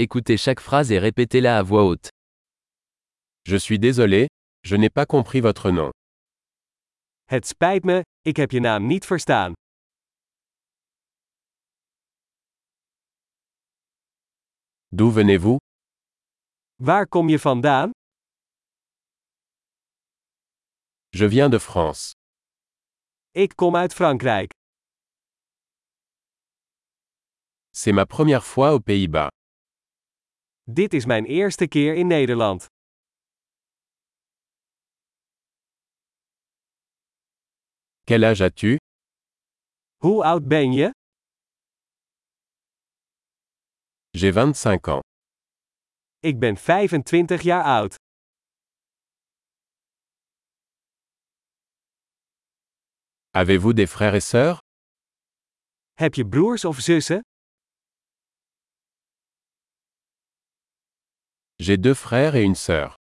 Écoutez chaque phrase et répétez-la à voix haute. Je suis désolé, je n'ai pas compris votre nom. Het spijt me, ik heb je naam niet verstaan. D'où venez-vous Waar kom je vandaan? Je viens de France. Ik kom uit Frankrijk. C'est ma première fois aux Pays-Bas. Dit is mijn eerste keer in Nederland. Quel âge as-tu Hoe oud ben je? J'ai 25 ans. Ik ben 25 jaar oud. Avez-vous des frères et sœurs Heb je broers of zussen? J'ai deux frères et une sœur.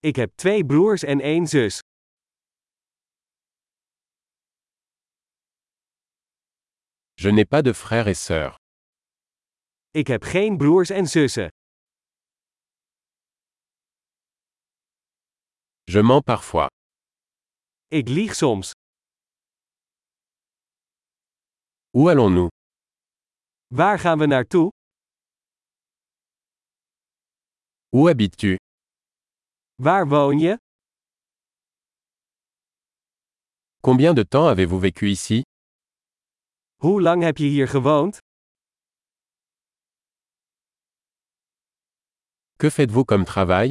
Ik heb twee broers en één zus. Je n'ai pas de frères et sœurs. Ik heb geen broers en zussen. Je mens parfois. Ik lieg soms. Où allons-nous Waar gaan we naartoe? Où habites-tu Waar woon je? Combien de temps avez-vous vécu ici Hoe lang heb je hier gewoond? Que faites-vous comme travail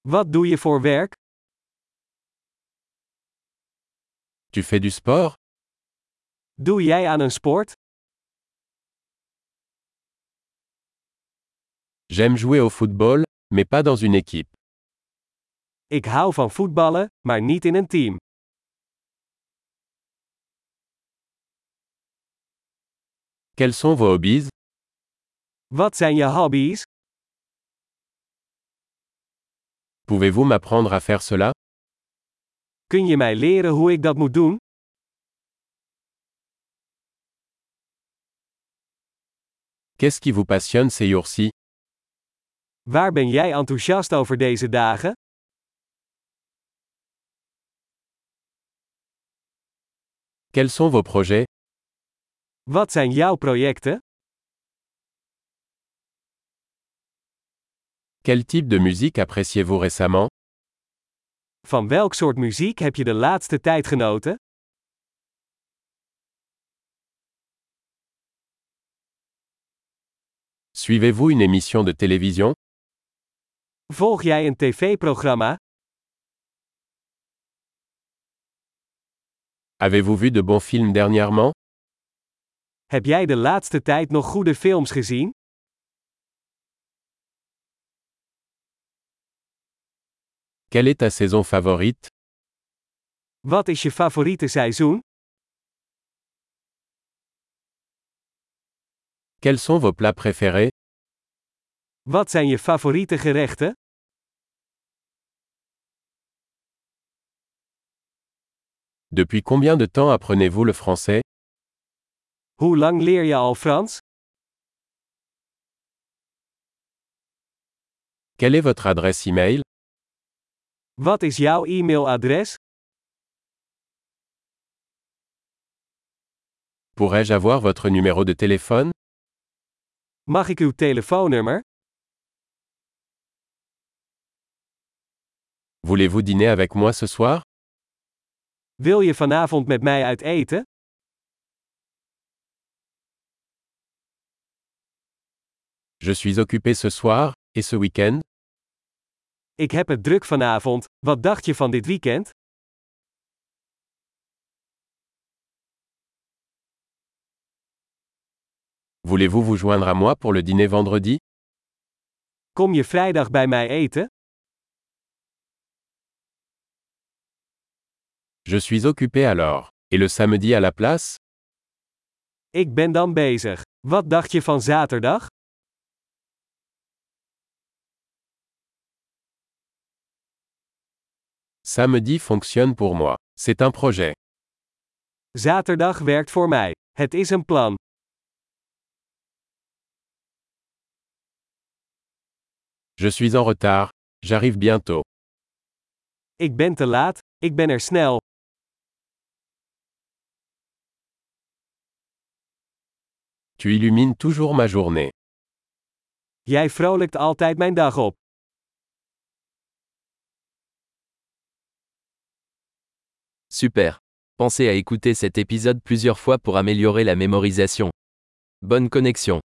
Wat doe je voor werk? Tu fais du sport Doe jij aan een sport? J'aime jouer au football, mais pas dans une équipe. Ik hou van voetballen, maar niet in een team. Quels sont vos hobbies Wat zijn je hobby's? Pouvez-vous m'apprendre à faire cela Kun je mij leren hoe ik dat moet doen? Qu'est-ce qui vous passionne ces jours-ci Waar ben jij enthousiast over deze dagen? Quels sont vos projets Wat zijn jouw projecten? Quel type de musique appréciez-vous récemment Van welk soort muziek heb je de laatste tijd genoten? Suivez-vous une émission de télévision Volg jij een tv-programma? Avez-vous vu de bons films dernièrement Heb jij de laatste tijd nog goede films gezien? Quelle est ta saison favorite Wat is je favoriete seizoen? Quels sont vos plats préférés Wat zijn je favoriete gerechten? Depuis combien de temps apprenez-vous le français Hoe lang leer je al Frans? Quelle est votre adresse e-mail Wat is jouw e-mailadres? Pourrais-je avoir votre numéro de téléphone Mag ik uw telefoonnummer? Voulez-vous dîner avec moi ce soir Wil je vanavond met mij uit eten? Je suis occupé ce soir, et ce week-end Ik heb het druk vanavond. Wat dacht je van dit weekend? Voulez-vous vous joindre à moi pour le dîner vendredi Kom je vrijdag bij mij eten? Je suis occupé alors. Et le samedi à la place Ik ben dan bezig. Wat dacht je van zaterdag? Samedi fonctionne pour moi. C'est un projet. Zaterdag werkt voor mij. Het is een plan. Je suis en retard. J'arrive bientôt. Ik ben te laat, ik ben er snel. Tu illumines toujours ma journée. Jij vrolijkt altijd mijn dag op. Super. Pensez à écouter cet épisode plusieurs fois pour améliorer la mémorisation. Bonne connexion.